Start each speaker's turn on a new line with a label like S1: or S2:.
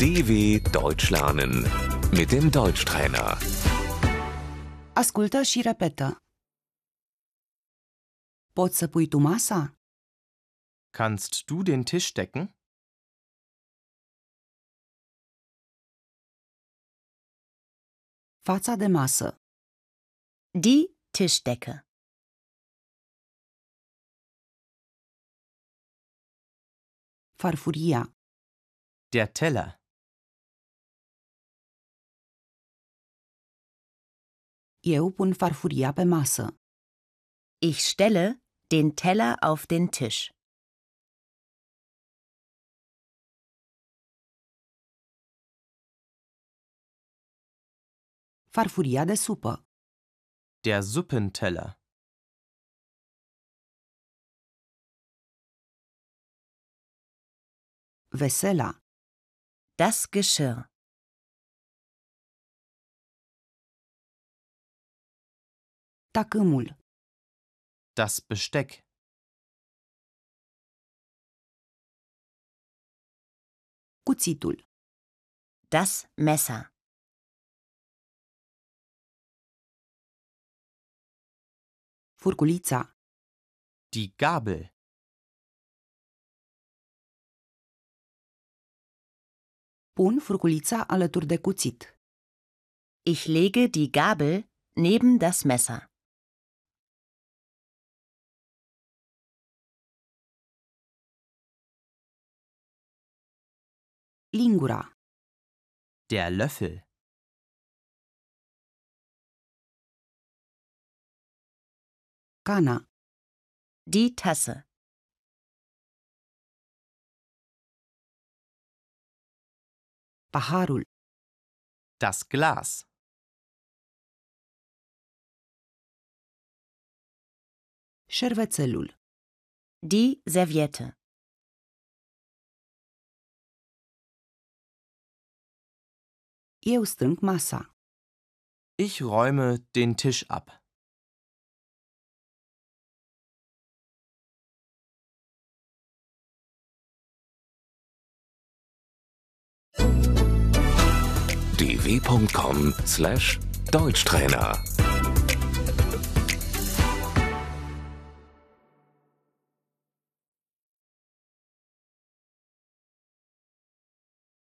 S1: DW Deutsch lernen mit dem Deutschtrainer.
S2: Ascultă și repetă. Poți să pui tu masa?
S3: Kannst du den Tisch decken?
S2: Fața de masă.
S4: Die Tischdecke.
S2: Farfuria.
S3: Der Teller.
S2: Eu pun farfuria pe masă.
S4: Ich stelle den Teller auf den Tisch.
S2: Farfuria de supă.
S3: Der Suppenteller.
S2: Vesela.
S4: Das Geschirr.
S2: Tacâmul.
S3: Das Besteck.
S2: Cuțitul.
S4: Das Messer.
S2: Furculița.
S3: Die Gabel.
S2: Pun furculița alături de cuțit.
S4: Ich lege die Gabel neben das Messer.
S2: Lingura.
S3: Der Löffel.
S2: Cana.
S4: Die Tasse.
S2: Paharul.
S3: Das Glas.
S2: Șervețelul.
S4: Die Serviette.
S2: Eu strâng masa.
S3: Ich räume den Tisch ab.
S1: dw.com/deutschtrainer